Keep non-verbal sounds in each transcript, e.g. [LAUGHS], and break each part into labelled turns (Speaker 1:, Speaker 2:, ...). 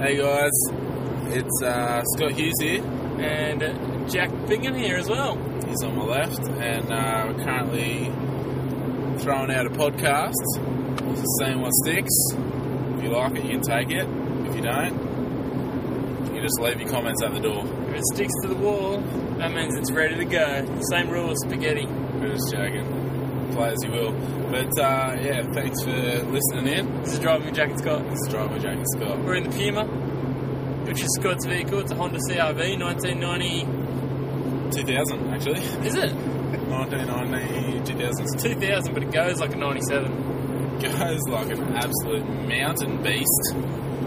Speaker 1: Hey guys, it's uh, Scott Hughes here.
Speaker 2: and uh, Jack Bingham here as well.
Speaker 1: He's on my left, and uh, we're currently throwing out a podcast. It's the same one sticks. If you like it, you can take it. If you don't, you can just leave your comments at the door.
Speaker 2: If it sticks to the wall, that means it's ready to go. Same rule as spaghetti.
Speaker 1: We're just joking. Play as you will. But uh, yeah, thanks for listening in.
Speaker 2: This is driving with Jack and Scott.
Speaker 1: This is Driver Jake and Scott.
Speaker 2: We're in the Puma, which is Scott's vehicle. It's a Honda CRV, 1990.
Speaker 1: 2000, actually. [LAUGHS]
Speaker 2: Is it?
Speaker 1: 1990, 2000.
Speaker 2: It's 2000, but it goes like a 97.
Speaker 1: goes like an absolute mountain beast,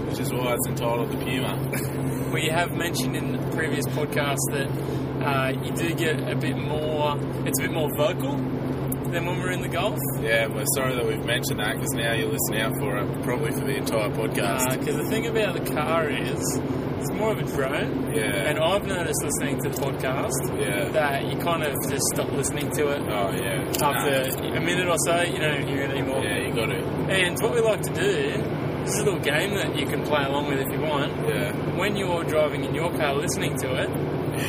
Speaker 1: which is why it's entitled the
Speaker 2: [LAUGHS]
Speaker 1: Puma.
Speaker 2: We have mentioned in the previous podcast that uh, you do get a bit more. It's a bit more vocal than when we're in the Golf.
Speaker 1: Yeah, we're sorry that we've mentioned that because now you listen out for it, probably for the entire podcast.
Speaker 2: Because Uh, the thing about the car is, it's more of a drone.
Speaker 1: yeah.
Speaker 2: And I've noticed listening to the podcast
Speaker 1: yeah.
Speaker 2: that you kind of just stop listening to it
Speaker 1: oh, yeah.
Speaker 2: after a minute or so, you don't hear it
Speaker 1: Nah.
Speaker 2: anymore.
Speaker 1: Yeah, you got it.
Speaker 2: And what we like to do, this is a little game that you can play along with if you want.
Speaker 1: Yeah.
Speaker 2: When you're driving in your car listening to it,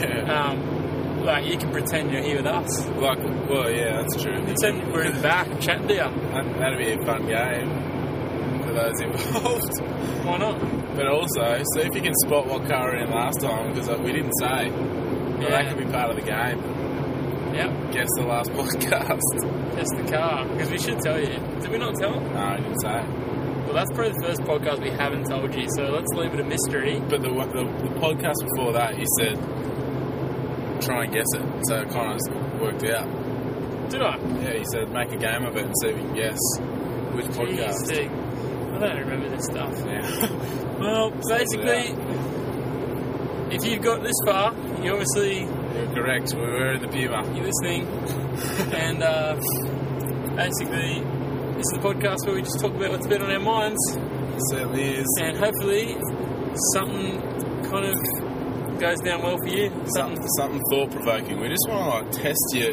Speaker 1: Yeah.
Speaker 2: um, like you can pretend you're here with us.
Speaker 1: Like, well, yeah, that's true.
Speaker 2: Pretend we're in the back chatting to you.
Speaker 1: That- That'd be a fun game for those involved.
Speaker 2: Why not?
Speaker 1: [LAUGHS] But also, see if you can spot what car we're in last time because we didn't say. But that
Speaker 2: Yeah.
Speaker 1: could be part of the game.
Speaker 2: Yep,
Speaker 1: Guess the last [LAUGHS] podcast.
Speaker 2: that's the car. Because we should tell you. Did we not tell?
Speaker 1: no, I didn't say.
Speaker 2: Well, that's probably the first podcast we haven't told you, so let's leave it a mystery.
Speaker 1: But the, one- the, the podcast before that, you said try and guess it. So it kind of worked out.
Speaker 2: Did I?
Speaker 1: Yeah, you said make a game of it and see if you can guess which
Speaker 2: Jeez,
Speaker 1: podcast.
Speaker 2: dude. I don't remember this stuff.
Speaker 1: Yeah. [LAUGHS]
Speaker 2: Well, basically, if you've got this far, you obviously
Speaker 1: You're correct. We were in the Puma.
Speaker 2: you're listening, [LAUGHS] and uh, basically, this is the podcast where we just talk about what's been on our minds,
Speaker 1: It certainly is.
Speaker 2: and hopefully, something kind of goes down well for you. Something
Speaker 1: Something, something thought provoking. We just want to like test your,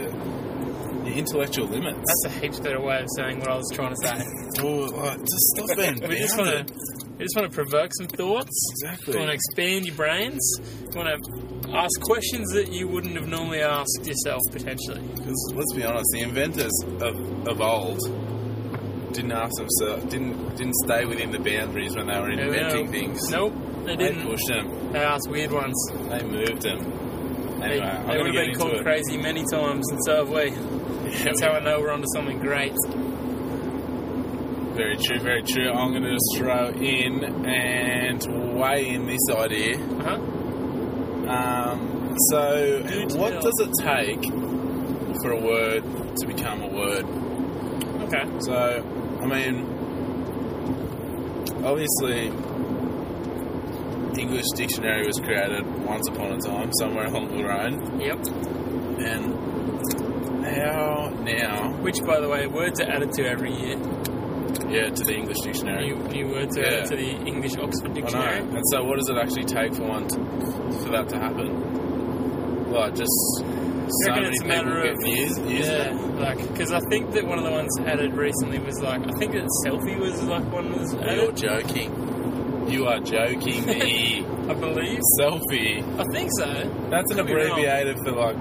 Speaker 1: your intellectual limits.
Speaker 2: that's a heaps better way of saying what I was trying to say.
Speaker 1: [LAUGHS] Oh, like, just stop being
Speaker 2: [LAUGHS] we just want
Speaker 1: bounded.
Speaker 2: to, we just want to provoke some thoughts.
Speaker 1: Exactly.
Speaker 2: You want to expand your brains. You want to ask questions that you wouldn't have normally asked yourself potentially.
Speaker 1: 'Cause let's be honest, the inventors of, of old didn't ask themselves, didn't didn't stay within the boundaries when they were
Speaker 2: No,
Speaker 1: inventing
Speaker 2: no.
Speaker 1: things.
Speaker 2: Nope, they
Speaker 1: They
Speaker 2: didn't.
Speaker 1: pushed them.
Speaker 2: They asked weird ones.
Speaker 1: They moved them.
Speaker 2: They,
Speaker 1: Anyway, uh, I'm
Speaker 2: they
Speaker 1: gonna
Speaker 2: would
Speaker 1: get
Speaker 2: have been
Speaker 1: into
Speaker 2: called
Speaker 1: it.
Speaker 2: crazy many times, and so have we. That's how I know we're onto something great.
Speaker 1: Very true, very true. I'm going to just throw in and weigh in this idea.
Speaker 2: Uh-huh.
Speaker 1: Um, so,
Speaker 2: Do
Speaker 1: what
Speaker 2: tell.
Speaker 1: does it take for a word to become a word?
Speaker 2: Okay.
Speaker 1: So, I mean, obviously, English dictionary was created once upon a time, somewhere along the road,
Speaker 2: Yep.
Speaker 1: and how now?
Speaker 2: Which, by the way, words are added to every year.
Speaker 1: Yeah, to the English dictionary.
Speaker 2: New, new words are
Speaker 1: Yeah.
Speaker 2: added to the English Oxford
Speaker 1: I
Speaker 2: Dictionary.
Speaker 1: know. And so, what does it actually take for one to, for that to happen? Like, just so
Speaker 2: reckon
Speaker 1: many
Speaker 2: it's a
Speaker 1: people
Speaker 2: matter
Speaker 1: get
Speaker 2: of-
Speaker 1: used, used
Speaker 2: Yeah, like because I think that one of the ones added recently was like I think that selfie was like one that was
Speaker 1: to it. You're
Speaker 2: added.
Speaker 1: joking. You are joking
Speaker 2: [LAUGHS]
Speaker 1: me.
Speaker 2: I believe.
Speaker 1: Selfie.
Speaker 2: I think so.
Speaker 1: That's an
Speaker 2: Could be wrong.
Speaker 1: abbreviator for like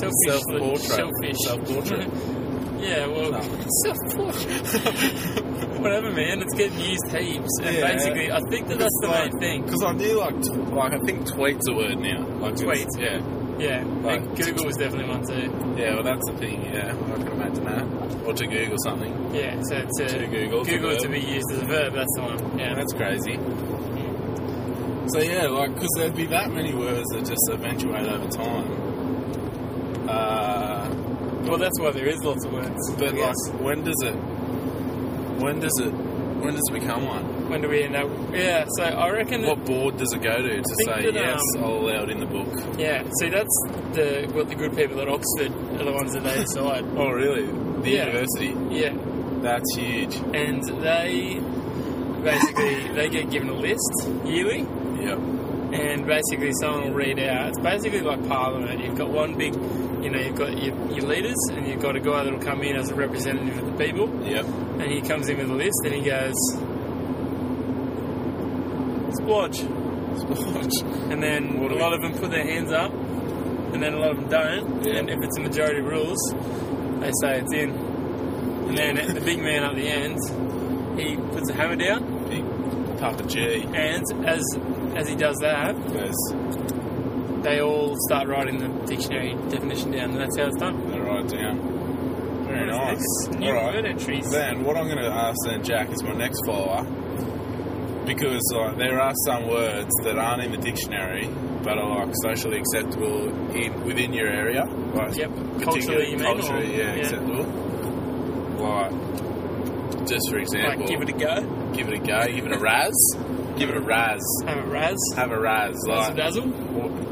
Speaker 2: Selfish.
Speaker 1: Self-portrait.
Speaker 2: Selfish.
Speaker 1: Self-portrait.
Speaker 2: [LAUGHS] yeah, well,
Speaker 1: No.
Speaker 2: self-portrait. [LAUGHS] Whatever, man. It's getting used heaps. And
Speaker 1: Yeah.
Speaker 2: basically, I think that that's the
Speaker 1: like-
Speaker 2: main thing.
Speaker 1: Because I do like, t- like I think tweet's a word now. Like
Speaker 2: Tweet.
Speaker 1: it's- Yeah.
Speaker 2: Yeah,
Speaker 1: Like-
Speaker 2: and Google was definitely one too.
Speaker 1: Yeah, well, that's the thing, yeah. I can imagine that. Or to Google something.
Speaker 2: Yeah, so to,
Speaker 1: To Google, to
Speaker 2: Google to
Speaker 1: verb.
Speaker 2: be used as a verb, that's the one.
Speaker 1: Yeah,
Speaker 2: Yeah,
Speaker 1: that's crazy. So, yeah, like, because there'd be that many words that just eventuate over time. Uh,
Speaker 2: well, that's why there is lots of words.
Speaker 1: but,
Speaker 2: I guess.
Speaker 1: like, when does it, when does it, when does it become one?
Speaker 2: when do we end up? Yeah, so I reckon. That,
Speaker 1: What board does it go to to
Speaker 2: think
Speaker 1: say,
Speaker 2: that,
Speaker 1: yes,
Speaker 2: um,
Speaker 1: I'll allow it in the book?
Speaker 2: yeah, see, that's the what the good people at Oxford are the ones that they decide.
Speaker 1: Oh, really? The
Speaker 2: Yeah.
Speaker 1: university.
Speaker 2: yeah,
Speaker 1: That's huge.
Speaker 2: and they basically they get given a list yearly,
Speaker 1: Yep.
Speaker 2: and basically someone will read out. It's basically like Parliament. You've got one big, you know, you've got your, your leaders, and you've got a guy that'll come in as a representative of the people,
Speaker 1: Yep.
Speaker 2: and he comes in with a list, and he goes, splodge. And then
Speaker 1: What do
Speaker 2: a
Speaker 1: we-
Speaker 2: lot of them put their hands up, and then a lot of them don't.
Speaker 1: Yeah.
Speaker 2: And if it's a majority rules, they say it's in. And then the big man at the end, he puts a hammer down,
Speaker 1: Big Papa G.
Speaker 2: and as as he does that,
Speaker 1: Goes,
Speaker 2: they all start writing the dictionary definition down, and that's how it's done.
Speaker 1: they write down. Very nice.
Speaker 2: That's the New
Speaker 1: All right.
Speaker 2: word entries.
Speaker 1: Then what I'm going to ask then Jack is my next follower because like, there are some words that aren't in the dictionary but are like socially acceptable in within your area. Like
Speaker 2: Yep.
Speaker 1: particular
Speaker 2: Culturally, you mean? or-
Speaker 1: culturally, yeah, acceptable. Like just for
Speaker 2: Like,
Speaker 1: example,
Speaker 2: give it a go.
Speaker 1: give it a go, give it a raz, give it a raz,
Speaker 2: Have a raz.
Speaker 1: have a raz.
Speaker 2: Razzle
Speaker 1: Like
Speaker 2: dazzle.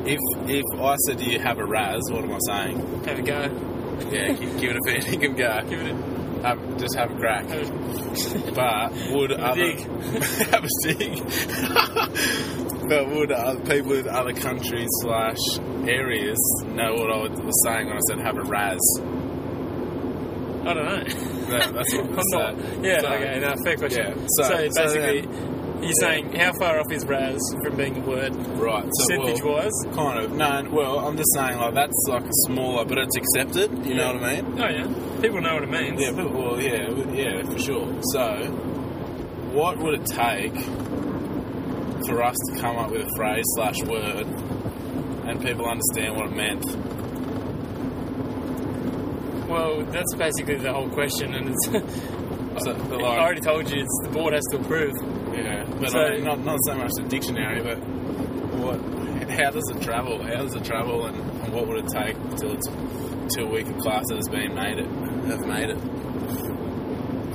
Speaker 1: if if I said do you have a raz, what am I saying?
Speaker 2: Have a go.
Speaker 1: Yeah, give, [LAUGHS] give it a fair dinkum go.
Speaker 2: Give it a.
Speaker 1: Have, just have a crack.
Speaker 2: Have a
Speaker 1: But would
Speaker 2: a
Speaker 1: other
Speaker 2: dig.
Speaker 1: [LAUGHS] have a dig? [LAUGHS] but would other people in other countries slash areas know what I was saying when I said have a raz?
Speaker 2: I don't know.
Speaker 1: No, that's what
Speaker 2: I'm
Speaker 1: I
Speaker 2: not.
Speaker 1: said.
Speaker 2: [LAUGHS] Yeah,
Speaker 1: So,
Speaker 2: okay, no, fair question.
Speaker 1: yeah,
Speaker 2: So,
Speaker 1: so- so
Speaker 2: basically, you're
Speaker 1: yeah.
Speaker 2: saying how far off is Raz from being a word?
Speaker 1: Right. So well,
Speaker 2: Percentage wise?
Speaker 1: kind of. No. Well, I'm just saying like that's like a smaller, but it's accepted. You know
Speaker 2: Yeah.
Speaker 1: what I mean?
Speaker 2: Oh, yeah. People know what it means.
Speaker 1: Yeah. But, well, yeah, w- yeah, for sure. So, what would it take for us to come up with a phrase slash word and people understand what it meant?
Speaker 2: Well, that's basically the whole question, and it's.
Speaker 1: So,
Speaker 2: [LAUGHS]
Speaker 1: but
Speaker 2: I
Speaker 1: like,
Speaker 2: already told you, it's the board has to approve.
Speaker 1: yeah, but
Speaker 2: So-
Speaker 1: I mean, not not so much the dictionary, but what? [LAUGHS] How does it travel? How does it travel, and, and what would it take till it's till we can class it as being made it? Have made it?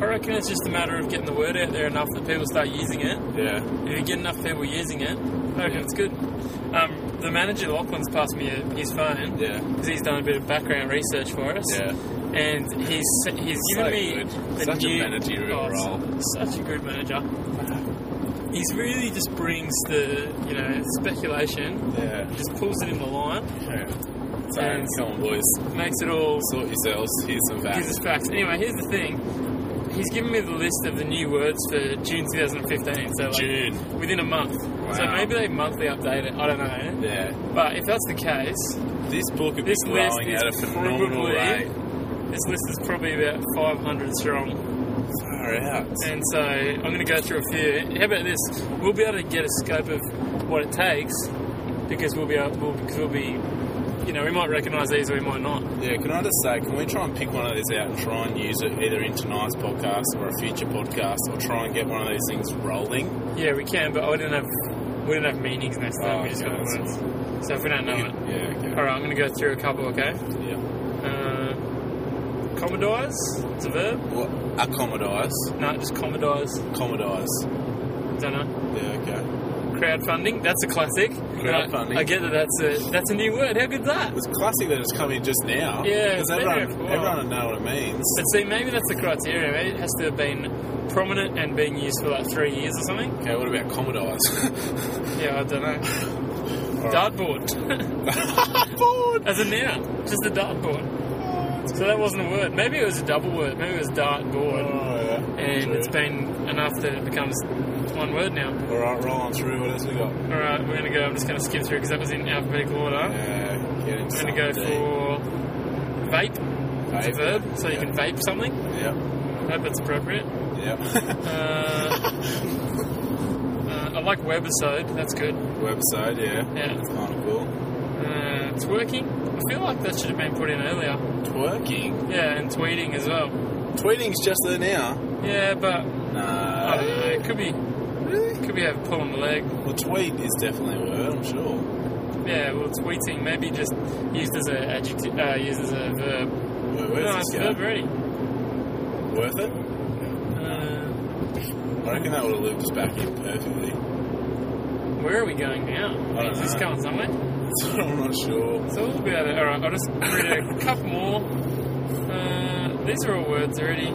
Speaker 2: I reckon it's just a matter of getting the word out there enough that people start using it.
Speaker 1: Yeah,
Speaker 2: If you get enough people using it, I reckon it's good. Um, the manager, Lachlan's passed me a, his phone
Speaker 1: yeah,
Speaker 2: because he's done a bit of background research for us,
Speaker 1: yeah.
Speaker 2: and he's he's given
Speaker 1: So
Speaker 2: me
Speaker 1: good.
Speaker 2: the
Speaker 1: Such a
Speaker 2: new-
Speaker 1: managerial
Speaker 2: Oh,
Speaker 1: role.
Speaker 2: Such a good manager. He's really just brings the you know speculation,
Speaker 1: Yeah.
Speaker 2: just pulls it in the line,
Speaker 1: yeah. So
Speaker 2: And-
Speaker 1: come on, boys,
Speaker 2: makes it all
Speaker 1: sort yourselves. Here's some
Speaker 2: gives us
Speaker 1: facts.
Speaker 2: facts. Anyway, here's the thing. He's given me the list of the new words for June 2015, so like
Speaker 1: June.
Speaker 2: within a month. So
Speaker 1: Wow.
Speaker 2: maybe they monthly update it. I don't know.
Speaker 1: Yeah.
Speaker 2: But if that's the case,
Speaker 1: This book would
Speaker 2: This
Speaker 1: be
Speaker 2: list
Speaker 1: growing
Speaker 2: is
Speaker 1: at a phenomenal
Speaker 2: probably-
Speaker 1: rate.
Speaker 2: this list is probably about 500 strong.
Speaker 1: Far out.
Speaker 2: And so I'm going to go through a few. How about this? We'll be able to get a scope of what it takes because we'll be able, we'll, because we'll be, you know, we might recognise these or we might not.
Speaker 1: Yeah, can I just say, can we try and pick one of these out and try and use it either in tonight's podcast or a future podcast or try and get one of these things rolling?
Speaker 2: Yeah, we can, but I didn't have we didn't have meanings next time.
Speaker 1: Oh,
Speaker 2: we just
Speaker 1: okay,
Speaker 2: got
Speaker 1: that's
Speaker 2: words. So if we don't know
Speaker 1: Yeah,
Speaker 2: it,
Speaker 1: okay.
Speaker 2: all right, I'm going to go through a couple. Okay.
Speaker 1: Yeah.
Speaker 2: Uh, commodores. It's a verb.
Speaker 1: What? Accommodize.
Speaker 2: No, just commodores.
Speaker 1: Accommodize.
Speaker 2: Don't know.
Speaker 1: Yeah, okay.
Speaker 2: crowdfunding. That's a classic.
Speaker 1: Crowdfunding.
Speaker 2: I, I get that that's a that's a new word. How good's that?
Speaker 1: It's classic that it's coming just now.
Speaker 2: Yeah, it's
Speaker 1: Because
Speaker 2: been
Speaker 1: everyone,
Speaker 2: there for a while.
Speaker 1: everyone will know what it means.
Speaker 2: But see, maybe that's the criteria. Maybe it has to have been prominent and being used for like three years or something.
Speaker 1: Okay, what about [LAUGHS] commodize?
Speaker 2: Yeah, I don't know. [LAUGHS]
Speaker 1: [LAUGHS]
Speaker 2: Dartboard
Speaker 1: Dartboard!
Speaker 2: as a noun, just a dartboard. So that wasn't a word. Maybe it was a double word. Maybe it was dartboard,
Speaker 1: Oh, yeah.
Speaker 2: and
Speaker 1: True.
Speaker 2: it's been enough that it becomes one word now.
Speaker 1: All right, roll on through. What else we got?
Speaker 2: All right, we're gonna go. I'm just gonna skip through because that was in alphabetical order.
Speaker 1: Yeah, getting
Speaker 2: I'm gonna go for vape. It's a verb, so you can vape something.
Speaker 1: Yep,
Speaker 2: I hope it's [LAUGHS] appropriate.
Speaker 1: yep. [LAUGHS]
Speaker 2: uh, I like webisode. That's good.
Speaker 1: Website, yeah.
Speaker 2: Yeah,
Speaker 1: Kind of cool.
Speaker 2: uh, twerking. I feel like that should have been put in earlier.
Speaker 1: Twerking.
Speaker 2: Yeah, and tweeting as well.
Speaker 1: Tweeting's just there now.
Speaker 2: Yeah, but I don't know.
Speaker 1: No.
Speaker 2: It could be. Could be a pull on the leg.
Speaker 1: Well, tweet is definitely a word, I'm sure.
Speaker 2: Yeah, well, tweeting maybe just used as a adjective, uh, used as a verb.
Speaker 1: Where, where's
Speaker 2: No,
Speaker 1: this
Speaker 2: it's a
Speaker 1: going?
Speaker 2: verb already.
Speaker 1: Worth it?
Speaker 2: Uh,
Speaker 1: I reckon that would have looped us back in perfectly.
Speaker 2: where are we going now?
Speaker 1: I don't
Speaker 2: Is this
Speaker 1: know.
Speaker 2: going
Speaker 1: [LAUGHS]
Speaker 2: somewhere?
Speaker 1: So I'm not sure.
Speaker 2: So we'll be out of All right, I'll just read
Speaker 1: [LAUGHS]
Speaker 2: a couple more. Uh, these are all words already.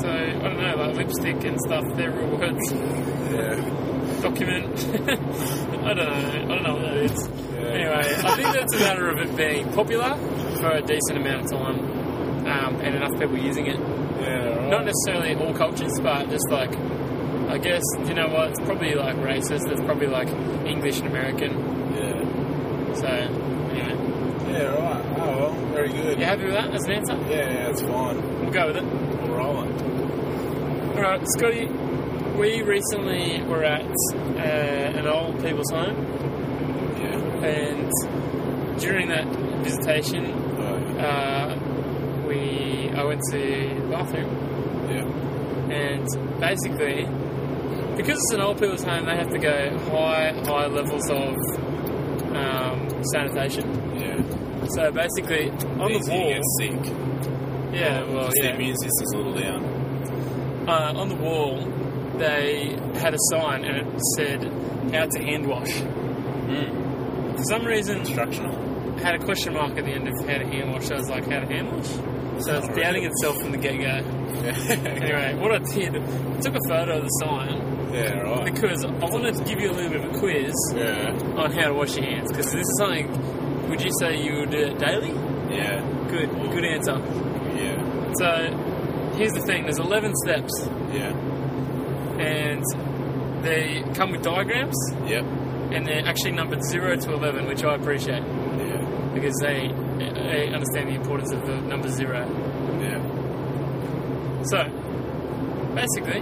Speaker 2: So I don't know, like lipstick and stuff. They're all words. [LAUGHS]
Speaker 1: Yeah.
Speaker 2: Document. [LAUGHS] I don't know. I don't know what that is.
Speaker 1: yeah.
Speaker 2: Anyway, I think that's a matter of it being popular for a decent amount of time, um, and enough people using it.
Speaker 1: Yeah,
Speaker 2: Not
Speaker 1: right.
Speaker 2: necessarily all cultures, but just like I guess you know what? It's probably like racist. It's probably like English and American.
Speaker 1: Yeah.
Speaker 2: So anyway,
Speaker 1: Yeah, right. Oh, well, very good.
Speaker 2: you
Speaker 1: Yeah,
Speaker 2: happy with that as an answer?
Speaker 1: yeah, it's fine.
Speaker 2: We'll go with it.
Speaker 1: We're rolling.
Speaker 2: All right, Scotty. We recently were at uh, an old people's home,
Speaker 1: Yeah.
Speaker 2: and during that visitation,
Speaker 1: Oh,
Speaker 2: uh, we I went to the bathroom,
Speaker 1: yeah.
Speaker 2: and basically, because it's an old people's home, they have to go high high levels of um, sanitation.
Speaker 1: Yeah.
Speaker 2: So basically, on
Speaker 1: Easy,
Speaker 2: the wall,
Speaker 1: You get sick.
Speaker 2: yeah, well,
Speaker 1: Just
Speaker 2: yeah,
Speaker 1: Their immune system's a little down.
Speaker 2: uh, on the wall, they had a sign and it said "How to hand wash."
Speaker 1: Mm.
Speaker 2: For some reason,
Speaker 1: Instructional.
Speaker 2: had a question mark at the end of how to hand wash. So I was like, how to hand wash? So it's
Speaker 1: Oh,
Speaker 2: doubting
Speaker 1: really?
Speaker 2: itself from the get go.
Speaker 1: yeah.
Speaker 2: Anyway, what I did, I took a photo of the sign
Speaker 1: Yeah, right.
Speaker 2: because I wanted to give you a little bit of a quiz
Speaker 1: Yeah.
Speaker 2: on how to wash your hands because this is something. Would you say you do it daily?
Speaker 1: Yeah.
Speaker 2: Good, good answer.
Speaker 1: Yeah.
Speaker 2: So here's the thing: there's 11 steps,
Speaker 1: Yeah.
Speaker 2: and they come with diagrams,
Speaker 1: Yep.
Speaker 2: and they're actually numbered zero to 11, which I appreciate
Speaker 1: Yeah.
Speaker 2: because they, they understand the importance of the number zero.
Speaker 1: Yeah.
Speaker 2: So, basically,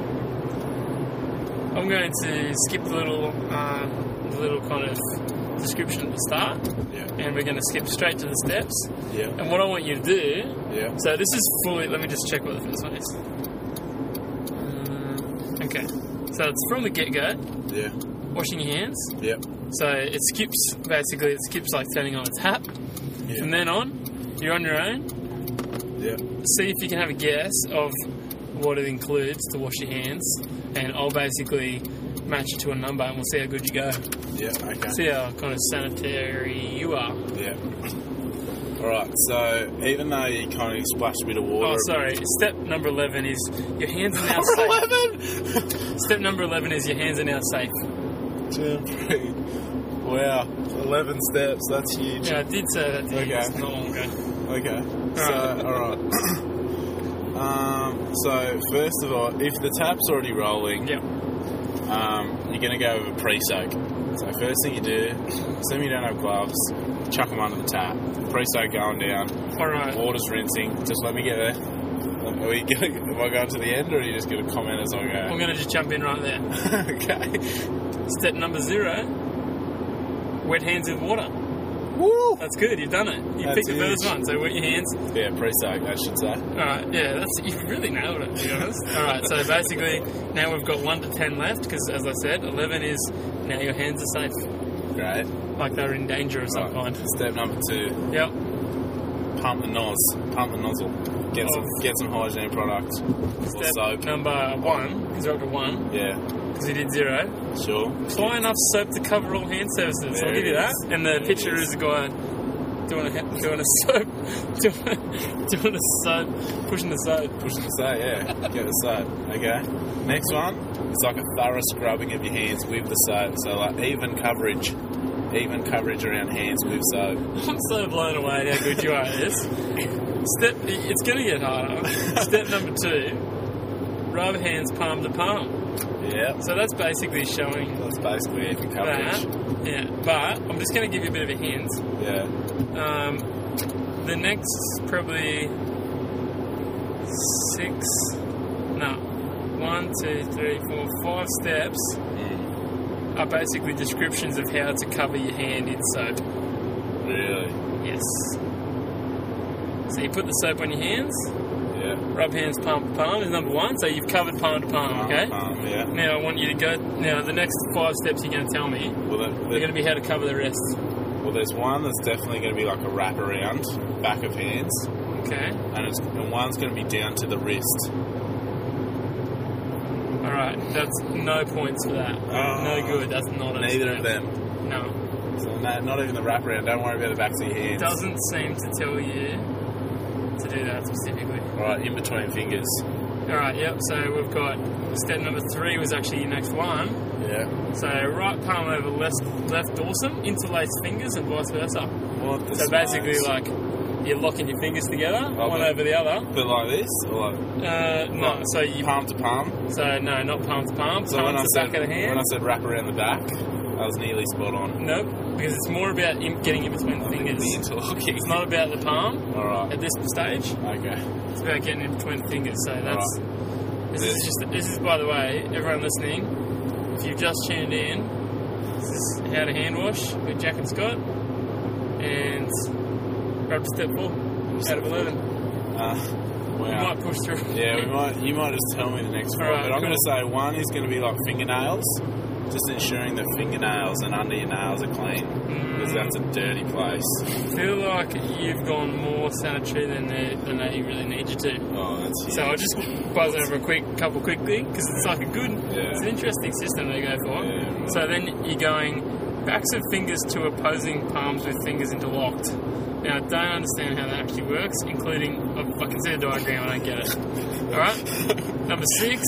Speaker 2: I'm going to skip the little, um, the little kind of description at the start,
Speaker 1: Yeah.
Speaker 2: and we're going to skip straight to the steps.
Speaker 1: Yeah.
Speaker 2: And what I want you to do,
Speaker 1: Yeah.
Speaker 2: so this is fully. Let me just check what the first one is. Um, okay, so it's from the get-go,
Speaker 1: Yeah.
Speaker 2: washing your hands.
Speaker 1: Yep.
Speaker 2: So it skips basically, it skips like turning on a tap. From
Speaker 1: Yeah.
Speaker 2: then on, you're on your own.
Speaker 1: Yep.
Speaker 2: see if you can have a guess of what it includes to wash your hands, and I'll basically match it to a number, and we'll see how good you go.
Speaker 1: Yep. Okay.
Speaker 2: See how kind of sanitary you are.
Speaker 1: Yeah. All right. So even though you kind of splashed a bit of water,
Speaker 2: Oh, sorry. Step number eleven is your hands
Speaker 1: [LAUGHS]
Speaker 2: are now
Speaker 1: Number
Speaker 2: safe.
Speaker 1: eleven.
Speaker 2: Step number eleven is your hands are now safe.
Speaker 1: Two, three. Wow, eleven steps. That's huge.
Speaker 2: Yeah, I did say that to you
Speaker 1: Okay.
Speaker 2: just not long ago.
Speaker 1: Okay. So
Speaker 2: Alright.
Speaker 1: all right. um, so first of all, if the tap's already rolling,
Speaker 2: Yeah.
Speaker 1: um, you're gonna go with a pre-soak. So first thing you do, assume you don't have gloves, chuck them under the tap. Pre-soak going down,
Speaker 2: All right.
Speaker 1: water's rinsing. Just let me get there. Are we gonna, am I going to the end, or are you just gonna comment as I
Speaker 2: I'm
Speaker 1: go?
Speaker 2: gonna just jump in right there.
Speaker 1: [LAUGHS] okay.
Speaker 2: Step number zero. Wet hands in water.
Speaker 1: Woo!
Speaker 2: That's good. You've done it. You
Speaker 1: That's
Speaker 2: picked the first
Speaker 1: huge.
Speaker 2: one. So wet your hands.
Speaker 1: Yeah, pre-soak. I should say.
Speaker 2: Alright, yeah, that's you've really nailed it to be honest. Alright, so basically now we've got one to ten left because as I said, eleven is now your hands are safe,
Speaker 1: Great.
Speaker 2: like they're in danger of some
Speaker 1: Right.
Speaker 2: kind.
Speaker 1: Step number two:
Speaker 2: Yep.
Speaker 1: pump the noz, pump the nozzle. Get some, get some hygiene products or
Speaker 2: Step
Speaker 1: soap.
Speaker 2: number one, because we're up to one,
Speaker 1: Yeah,
Speaker 2: because you did zero.
Speaker 1: sure.
Speaker 2: Apply enough soap to cover all hand surfaces.
Speaker 1: There
Speaker 2: I'll give
Speaker 1: it
Speaker 2: you that.
Speaker 1: is.
Speaker 2: And the
Speaker 1: There it
Speaker 2: picture
Speaker 1: is.
Speaker 2: is a guy doing a ha- doing a soap [LAUGHS] doing a, doing a soap pushing the soap.
Speaker 1: Push the soap. Yeah, get the soap. Okay. Next one. It's like a thorough scrubbing of your hands with the soap. So like even coverage, even coverage around hands with soap.
Speaker 2: I'm [LAUGHS] so blown away at how good you are at this. Step, it's going to get harder. Step number two, rub hands palm to palm.
Speaker 1: Yeah,
Speaker 2: So that's basically showing
Speaker 1: that's basically even coverage.
Speaker 2: that. Yeah, but I'm just going to give you a bit of a hint.
Speaker 1: Yeah.
Speaker 2: Um, the next probably six, no, one, two, three, four, five steps
Speaker 1: Mm,
Speaker 2: are basically descriptions of how to cover your hand in soap.
Speaker 1: really.
Speaker 2: Yes. So you put the soap on your hands.
Speaker 1: Yeah.
Speaker 2: Rub hands palm to palm is number one, so you've covered palm to palm, okay?
Speaker 1: Um, yeah.
Speaker 2: Now I want you to go. Now the next five steps you're going to tell me are
Speaker 1: Well, that, that,
Speaker 2: going to be how to cover the rest,
Speaker 1: Well, there's one that's definitely going to be like a wrap around back of hands,
Speaker 2: okay?
Speaker 1: and, it's, and one's going to be down to the wrist.
Speaker 2: All right, that's no points for that.
Speaker 1: Oh.
Speaker 2: no good. That's not a
Speaker 1: Neither of them.
Speaker 2: No,
Speaker 1: So no, not even the wrap around. Don't worry about the backs of your
Speaker 2: it
Speaker 1: hands.
Speaker 2: doesn't seem to tell you to do that specifically.
Speaker 1: All right, in between fingers.
Speaker 2: All right, yep. So we've got step number three was actually your next one.
Speaker 1: Yeah.
Speaker 2: So right palm over left left dorsum, interlace fingers, and vice versa.
Speaker 1: What the
Speaker 2: So basically,
Speaker 1: smokes?
Speaker 2: like you're locking your fingers together,
Speaker 1: Oh,
Speaker 2: one
Speaker 1: but-
Speaker 2: over the other.
Speaker 1: But like this, or like
Speaker 2: Uh, no, so you
Speaker 1: palm to palm.
Speaker 2: so no, not palm to palm.
Speaker 1: So
Speaker 2: palm
Speaker 1: when I
Speaker 2: to
Speaker 1: said
Speaker 2: back of the
Speaker 1: when
Speaker 2: hand.
Speaker 1: I said wrap around the back, I was nearly spot on.
Speaker 2: Nope, because it's more about in, getting in between the fingers.
Speaker 1: Oh, The
Speaker 2: It's
Speaker 1: interlocking.
Speaker 2: not about the palm
Speaker 1: All right.
Speaker 2: at this stage.
Speaker 1: Okay.
Speaker 2: It's about getting in between the fingers. So that's this
Speaker 1: This-
Speaker 2: is just this is by the way, everyone listening. If you've just tuned in, this is how to hand wash with Jack and Scott, and grab step four out of eleven.
Speaker 1: Uh,
Speaker 2: We
Speaker 1: wow.
Speaker 2: might push through.
Speaker 1: Yeah,
Speaker 2: [LAUGHS]
Speaker 1: we might. You might just tell me the next one,
Speaker 2: All right,
Speaker 1: but I'm
Speaker 2: cool.
Speaker 1: going to say one is going to be like fingernails, just ensuring that fingernails and under your nails are clean because
Speaker 2: Mm,
Speaker 1: that's a dirty place.
Speaker 2: I feel like you've gone more sanitary than they, than they really need you to.
Speaker 1: Oh, that's huge.
Speaker 2: So I'll just buzz over a quick couple quickly because it's like a good,
Speaker 1: Yeah.
Speaker 2: it's an interesting system they go for.
Speaker 1: Yeah.
Speaker 2: So then you're going backs of fingers to opposing palms with fingers interlocked. Now I don't understand how that actually works, including I fucking see a diagram, I don't get it. All right, number six.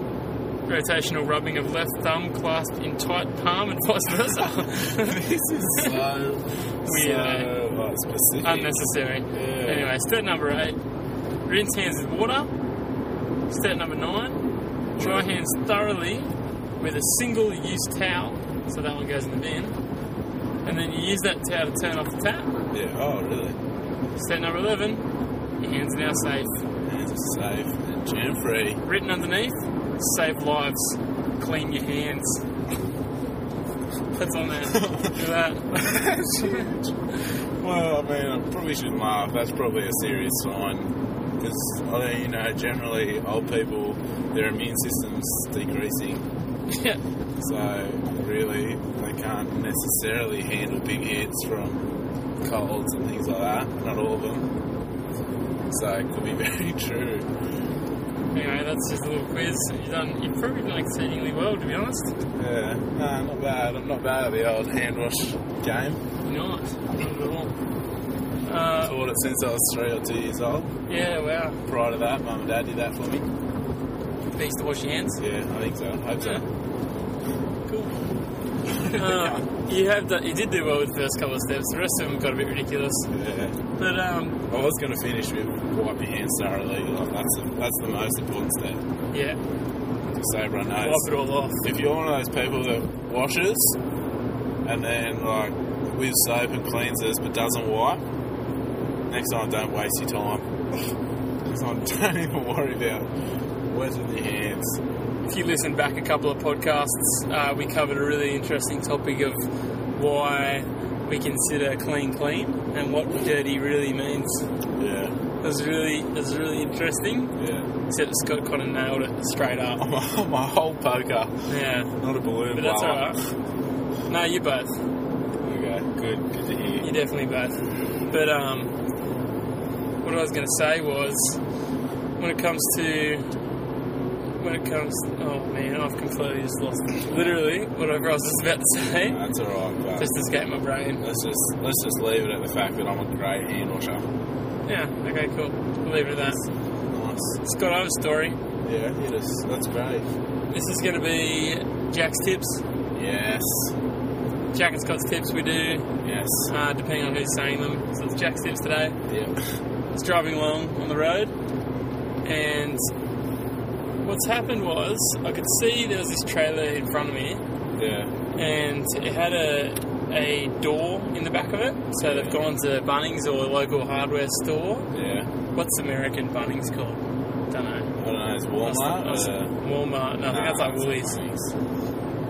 Speaker 2: Rotational rubbing of left thumb clasped in tight palm and vice versa. [LAUGHS]
Speaker 1: this is so
Speaker 2: Weird, eh?
Speaker 1: so
Speaker 2: uh,
Speaker 1: like, specific.
Speaker 2: Unnecessary.
Speaker 1: Yeah.
Speaker 2: Anyway, step number eight, rinse hands with water. Step number nine, dry hands thoroughly with a single use towel. So that one goes in the bin. And then you use that towel to turn off the tap.
Speaker 1: Yeah. Oh, really?
Speaker 2: Step number 11, your hands are now safe.
Speaker 1: Hands are safe and jam free.
Speaker 2: Written underneath, save lives, clean your hands. That's on there. Look at that.
Speaker 1: Well, I mean, I probably shouldn't laugh. That's probably a serious sign because I mean, you know, generally old people, their immune system's decreasing.
Speaker 2: [LAUGHS] yeah.
Speaker 1: So really, they can't necessarily handle big hits from colds and things like that. Not all of them. So it could be [LAUGHS] very true.
Speaker 2: Anyway, that's just a little quiz. You've done, you've probably done exceedingly well, to be honest.
Speaker 1: Yeah, no, not bad. I'm not bad at the old hand wash game.
Speaker 2: Not, not at all. Uh,
Speaker 1: Taught it since I was three or two years old.
Speaker 2: yeah, wow.
Speaker 1: Prior to that, mum and dad did that for me.
Speaker 2: Thanks to wash your hands.
Speaker 1: Yeah, I think so. I hope so.
Speaker 2: Yeah. Cool. [LAUGHS] Uh, you have done, you did do well with the first couple of steps. The rest of them got a bit ridiculous.
Speaker 1: Yeah.
Speaker 2: But um,
Speaker 1: [LAUGHS] I was going to finish with wipe your hands thoroughly. Like that's the, that's the most important step.
Speaker 2: yeah,
Speaker 1: Just so everyone knows.
Speaker 2: wipe it all off.
Speaker 1: if you're one of those people that washes and then like with soap and cleansers but doesn't wipe, next time don't waste your time. next time [LAUGHS] don't even worry about wetting your hands.
Speaker 2: If you listen back a couple of podcasts, uh, we covered a really interesting topic of why we consider clean clean and what dirty really means.
Speaker 1: Yeah,
Speaker 2: It was really, it was really interesting.
Speaker 1: yeah. [LAUGHS]
Speaker 2: Except Scott kind of nailed it straight up. [LAUGHS]
Speaker 1: I'm a, I'm a whole poker,
Speaker 2: Yeah.
Speaker 1: not a balloon.
Speaker 2: But that's
Speaker 1: blower.
Speaker 2: alright. No, you both.
Speaker 1: Okay, good, good to hear.
Speaker 2: You definitely both. But um, what I was going to say was, when it comes to, when it comes, oh man, I've completely just lost. Literally, whatever I was just about to say
Speaker 1: That's alright, but
Speaker 2: just escaped my brain.
Speaker 1: let's just let's just leave it at the fact that I'm a great hand washer.
Speaker 2: Yeah. Okay. Cool. We'll leave it at that.
Speaker 1: Nice.
Speaker 2: Scott, I have a story.
Speaker 1: Yeah, hit us. That's great.
Speaker 2: This is going to be Jack's tips.
Speaker 1: Yes.
Speaker 2: Jack and Scott's tips we do,
Speaker 1: Yes.
Speaker 2: uh, depending on who's saying them. So it's Jack's tips today.
Speaker 1: Yep.
Speaker 2: was driving along on the road, and what's happened was I could see there was this trailer in front of me,
Speaker 1: Yeah.
Speaker 2: and it had a a door in the back of it. So they've gone to Bunnings or a local hardware store.
Speaker 1: Yeah.
Speaker 2: What's American Bunnings called? Don't know.
Speaker 1: I don't know, it's Walmart? or-
Speaker 2: Walmart. No, I think that's like
Speaker 1: Nah,
Speaker 2: Woolies.
Speaker 1: it's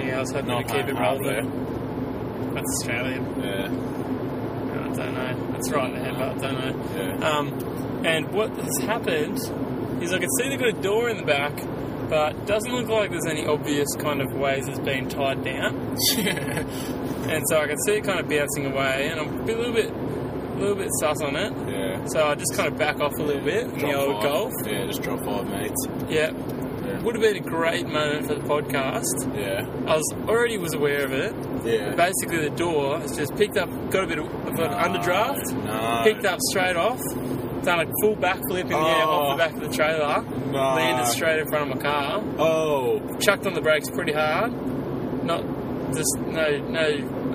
Speaker 2: Yeah, I was hoping
Speaker 1: Not
Speaker 2: to keep
Speaker 1: home
Speaker 2: it
Speaker 1: hardware.
Speaker 2: relevant. That's Australian.
Speaker 1: uh, Yeah,
Speaker 2: No, I don't know. That's right there, but I don't know.
Speaker 1: yeah.
Speaker 2: Um, and what has happened is I can see they've got a door in the back, but doesn't look like there's any obvious kind of ways it's been tied down.
Speaker 1: [LAUGHS]
Speaker 2: And so I can see it kind of bouncing away, and I'm a bit- little bit, little bit sus on it.
Speaker 1: yeah.
Speaker 2: So I just kind of back off a little bit in the
Speaker 1: Drop
Speaker 2: old
Speaker 1: five.
Speaker 2: golf.
Speaker 1: Yeah, just drop five mates.
Speaker 2: Yeah,
Speaker 1: Yeah.
Speaker 2: would have been a great moment for the podcast.
Speaker 1: Yeah.
Speaker 2: I was already was aware of it.
Speaker 1: Yeah.
Speaker 2: Basically, the door has just picked up, got a bit of, of an underdraft,
Speaker 1: Ah, No.
Speaker 2: picked up straight off, done a full backflip in the air off
Speaker 1: Oh.
Speaker 2: the back of the trailer,
Speaker 1: No.
Speaker 2: landed straight in front of my car,
Speaker 1: Oh.
Speaker 2: chucked on the brakes pretty hard, not just no no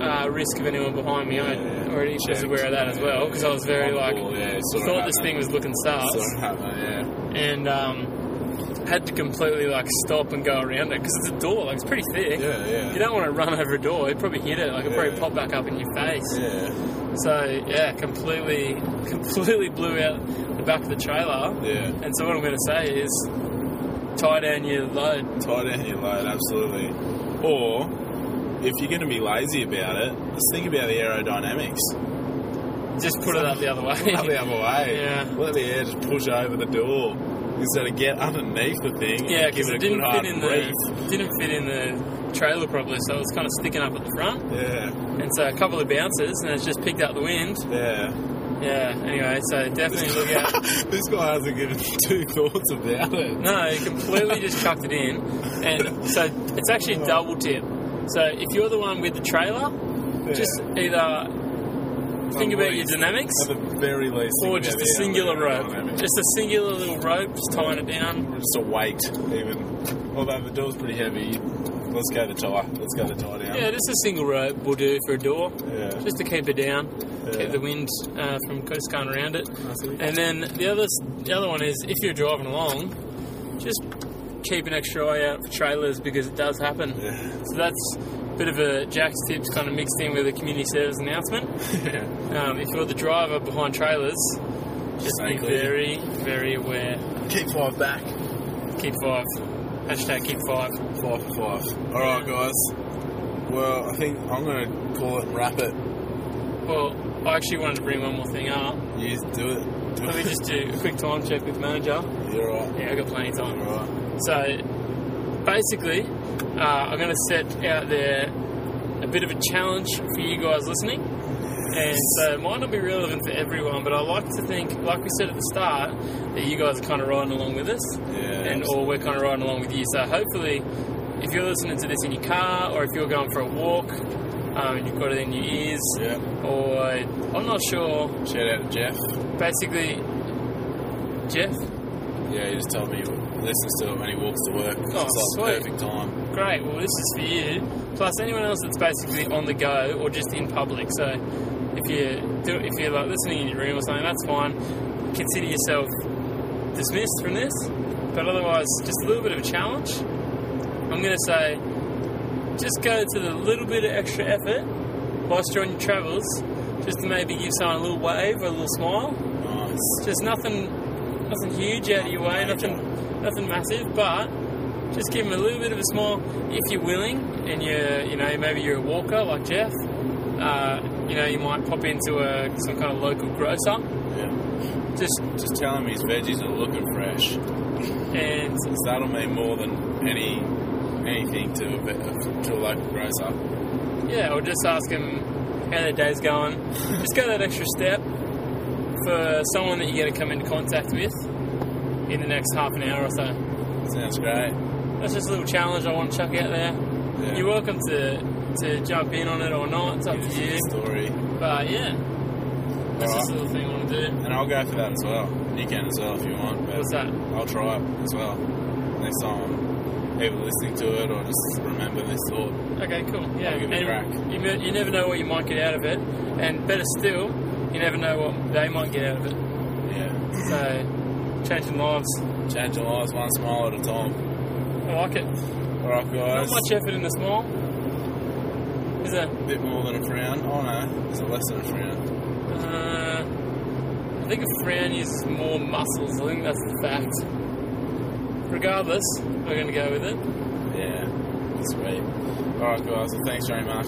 Speaker 2: uh, risk of anyone behind me. I
Speaker 1: Yeah, yeah.
Speaker 2: already was aware of that as well because I was very like
Speaker 1: Vulnerable, yeah, it sort of
Speaker 2: thought this
Speaker 1: happened.
Speaker 2: thing was looking
Speaker 1: Sort
Speaker 2: SARS
Speaker 1: of happened, yeah.
Speaker 2: and um, had to completely like stop and go around it because it's a door like it's pretty thick.
Speaker 1: Yeah, yeah.
Speaker 2: You don't want to run over a door. It'd probably hit it. Like it'd probably
Speaker 1: Yeah.
Speaker 2: pop back up in your face.
Speaker 1: yeah,
Speaker 2: So yeah, completely, [LAUGHS] completely blew out the back of the trailer.
Speaker 1: yeah.
Speaker 2: And so what I'm going to say is, tie down your load.
Speaker 1: Tight end your load, absolutely. Or if you're going to be lazy about it, just think about the aerodynamics.
Speaker 2: [LAUGHS] Just put it up the
Speaker 1: [LAUGHS]
Speaker 2: other
Speaker 1: Out
Speaker 2: way.
Speaker 1: the other way.
Speaker 2: Yeah.
Speaker 1: Let the air just push over the door instead of get underneath the thing.
Speaker 2: yeah,
Speaker 1: and give
Speaker 2: because
Speaker 1: it a good
Speaker 2: it didn't
Speaker 1: hard
Speaker 2: fit in
Speaker 1: breathe.
Speaker 2: the didn't fit in the trailer properly, so it was kind of sticking up at the front.
Speaker 1: Yeah,
Speaker 2: And so a couple of bounces, and it's just picked up the wind.
Speaker 1: yeah.
Speaker 2: Yeah. Anyway, so definitely look out.
Speaker 1: [LAUGHS] this guy hasn't given [LAUGHS] two thoughts about it.
Speaker 2: No, you completely just chucked it in, and so it's actually
Speaker 1: Oh.
Speaker 2: a double tip. So if you're the one with the trailer,
Speaker 1: Yeah.
Speaker 2: just either think about your dynamics
Speaker 1: At the very least, think
Speaker 2: or
Speaker 1: about
Speaker 2: just a
Speaker 1: the
Speaker 2: singular rope.
Speaker 1: aerodynamics.
Speaker 2: Just a singular little rope, just tying it down.
Speaker 1: Just a weight, even. Although the door's pretty heavy, let's go to tie. Let's go to tie down.
Speaker 2: Yeah, just a single rope will do for a door,
Speaker 1: yeah.
Speaker 2: just to keep it down,
Speaker 1: Yeah.
Speaker 2: keep the wind uh, from just going around it.
Speaker 1: That's it.
Speaker 2: And then the other, the other one is if you're driving along, just keep an extra eye out for trailers because it does happen.
Speaker 1: Yeah.
Speaker 2: So that's a bit of a Jack's tips kind of mixed in with a community service announcement.
Speaker 1: yeah.
Speaker 2: Um, if you're the driver behind trailers, just
Speaker 1: Stay
Speaker 2: be
Speaker 1: clear.
Speaker 2: very, very aware.
Speaker 1: Keep five back.
Speaker 2: Keep five. Hashtag keep five.
Speaker 1: Five for five. All right, guys. Well, I think I'm going to call it and wrap it.
Speaker 2: Well, I actually wanted to bring one more thing up.
Speaker 1: You do it. Do
Speaker 2: Let me
Speaker 1: it.
Speaker 2: just do a quick time check with manager.
Speaker 1: [LAUGHS] You're all right.
Speaker 2: Yeah, I've got plenty of time.
Speaker 1: You're all right.
Speaker 2: So basically, uh, I'm going to set out there a bit of a challenge for you guys listening. And so it might not be relevant for everyone, but I like to think, like we said at the start, that you guys are kind of riding along with us,
Speaker 1: Yeah.
Speaker 2: and or we're kind of riding along with you. So hopefully, if you're listening to this in your car, or if you're going for a walk, um, and you've got it in your ears,
Speaker 1: yeah.
Speaker 2: or I'm not sure.
Speaker 1: Shout out to Jeff.
Speaker 2: Basically, Jeff,
Speaker 1: Yeah, he just told me he listens to it when he walks to work.
Speaker 2: Oh,
Speaker 1: it's
Speaker 2: sweet.
Speaker 1: like perfect time.
Speaker 2: Great. Well, this is for you. Plus, anyone else that's basically on the go or just in public. So, if you do, if you're like listening in your room or something, that's fine. Consider yourself dismissed from this. But otherwise, just a little bit of a challenge. I'm going to say, just go to the little bit of extra effort whilst you're on your travels, just to maybe give someone a little wave or a little smile
Speaker 1: Nice.
Speaker 2: just nothing, nothing huge out of your way, nothing, nothing massive, but just give them a little bit of a smile if you're willing, and you're, you know, maybe you're a walker like Jeff. Uh, you know, you might pop into a, some kind of local grocer,
Speaker 1: Yeah.
Speaker 2: just
Speaker 1: Just tell him his veggies are looking fresh.
Speaker 2: and
Speaker 1: So that'll mean more than any anything to a, ve- to a local grocer.
Speaker 2: yeah, or just ask them how their day's going. just go that extra step for someone that you're going to come into contact with in the next half an hour or so.
Speaker 1: Sounds great.
Speaker 2: That's just a little challenge I want to chuck out there.
Speaker 1: Yeah.
Speaker 2: You're welcome to, to jump in on it or not, it's up
Speaker 1: Give us
Speaker 2: to
Speaker 1: your
Speaker 2: you.
Speaker 1: story.
Speaker 2: But yeah, that's just a little thing I want to do.
Speaker 1: And I'll go for that as well. You can as well if you want. But
Speaker 2: What's that?
Speaker 1: I'll try it as well. Next time I'm either listening to it or just remember this thought.
Speaker 2: Okay, cool. Yeah,
Speaker 1: I'll give it a
Speaker 2: and you, ne- you never know what you might get out of it, and better still, you never know what they might get out of it.
Speaker 1: Yeah.
Speaker 2: So, changing lives,
Speaker 1: Change your lives one smile at a time.
Speaker 2: I like it.
Speaker 1: Alright
Speaker 2: Not
Speaker 1: guys.
Speaker 2: much effort in the small. Is it?
Speaker 1: A bit more than a frown. Oh no, it's less than a frown.
Speaker 2: Uh, I think a frown uses more muscles. I think that's the fact. Regardless, we're going to go with it.
Speaker 1: Yeah. Sweet. Alright guys, well, thanks very much.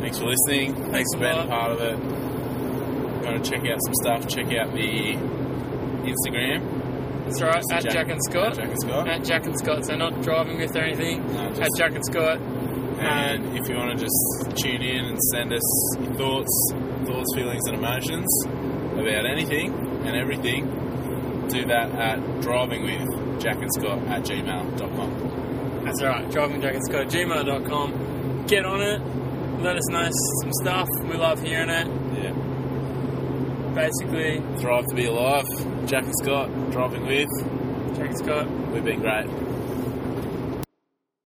Speaker 1: Thanks for listening. Thanks for being a
Speaker 2: lot.
Speaker 1: part of it. Gonna check out some stuff. Check out the Instagram.
Speaker 2: That's right. At Jack, and Scott.
Speaker 1: At Jack and Scott.
Speaker 2: At Jack and Scott. So not driving with or anything.
Speaker 1: No, just-
Speaker 2: At Jack and Scott.
Speaker 1: And if you want to just tune in and send us your thoughts, thoughts, feelings, and emotions about anything and everything, do that at drivingwithjackandscott at gmail.com.
Speaker 2: That's right. Driving Jack and Scott. Gmail.com. Get on it. Let us know some stuff. We love hearing it.
Speaker 1: Yeah.
Speaker 2: Basically,
Speaker 1: Thrive to be alive. Jack and Scott, driving with.
Speaker 2: Jack and Scott.
Speaker 1: We've been great.